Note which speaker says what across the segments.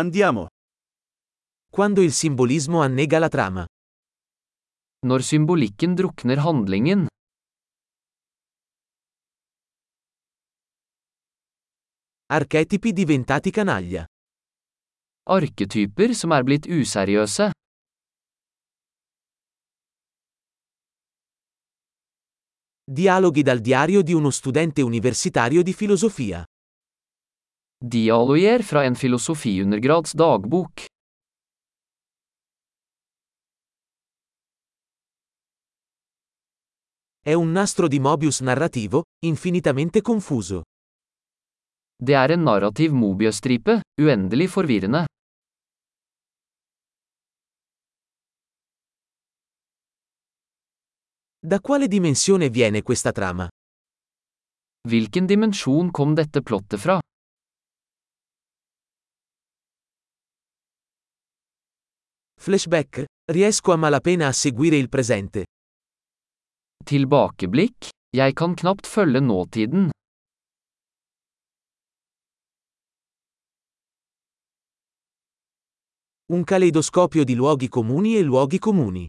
Speaker 1: Andiamo. Quando il simbolismo annega la trama.
Speaker 2: Når symbolikken drukner handlingen,
Speaker 1: Archetipi diventati canaglia.
Speaker 2: arketyper som er blitt useriøse,
Speaker 1: Dialoghi dal diario di uno studente universitario di filosofia.
Speaker 2: dialoger fra en filosofiundergrads dagbok,
Speaker 1: È un nastro di Mobius narrativo, infinitamente confuso.
Speaker 2: det er en narrativ Mobius-stripe, uendelig forvirrende,
Speaker 1: Da quale dimensione viene questa trama?
Speaker 2: hvilken dimensjon kom dette plottet fra,
Speaker 1: Flashback? Riesco a malapena a seguire il presente.
Speaker 2: tilbakeblikk, jeg kan knapt følge nåtiden,
Speaker 1: Un caleidoscopio di luoghi comuni e luoghi comuni.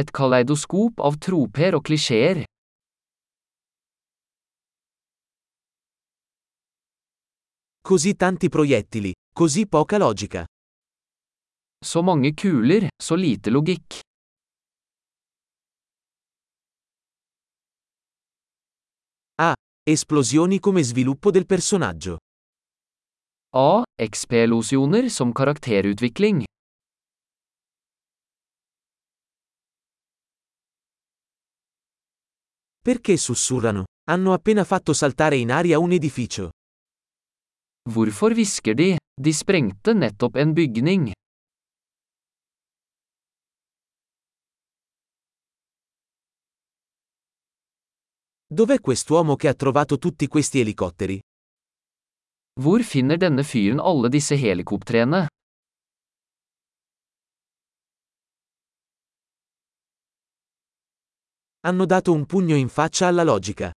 Speaker 2: et kaleidoskop av troper og klisjeer,
Speaker 1: Così tanti proiettili, così poca logica.
Speaker 2: så mange kuler, så lite logikk,
Speaker 1: Esplosioni come sviluppo del personaggio.
Speaker 2: a, XP-losjoner som karakterutvikling,
Speaker 1: Perché sussurrano? Hanno appena fatto saltare in aria un edificio.
Speaker 2: hvorfor visker de, de sprengte nettopp en bygning.
Speaker 1: Dov'è quest'uomo che ha trovato tutti questi elicotteri?
Speaker 2: Hvor finner denne fyren alle disse helikoptrene?
Speaker 1: Hanno dato un pugno in faccia alla logica.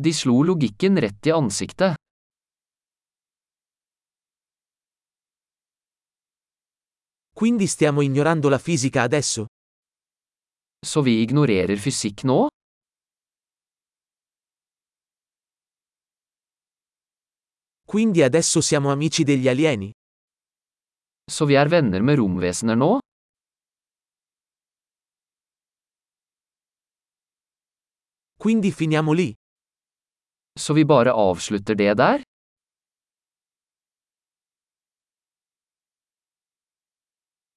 Speaker 2: De slo logikken rett i ansiktet.
Speaker 1: Quindi stiamo ignorando la fisica adesso?
Speaker 2: Så vi ignorerer fysikk nå?
Speaker 1: Quindi adesso siamo amici degli alieni?
Speaker 2: Så vi er venner med romvesener nå?
Speaker 1: Quindi finiamo lì?
Speaker 2: Så vi bare avslutter det der?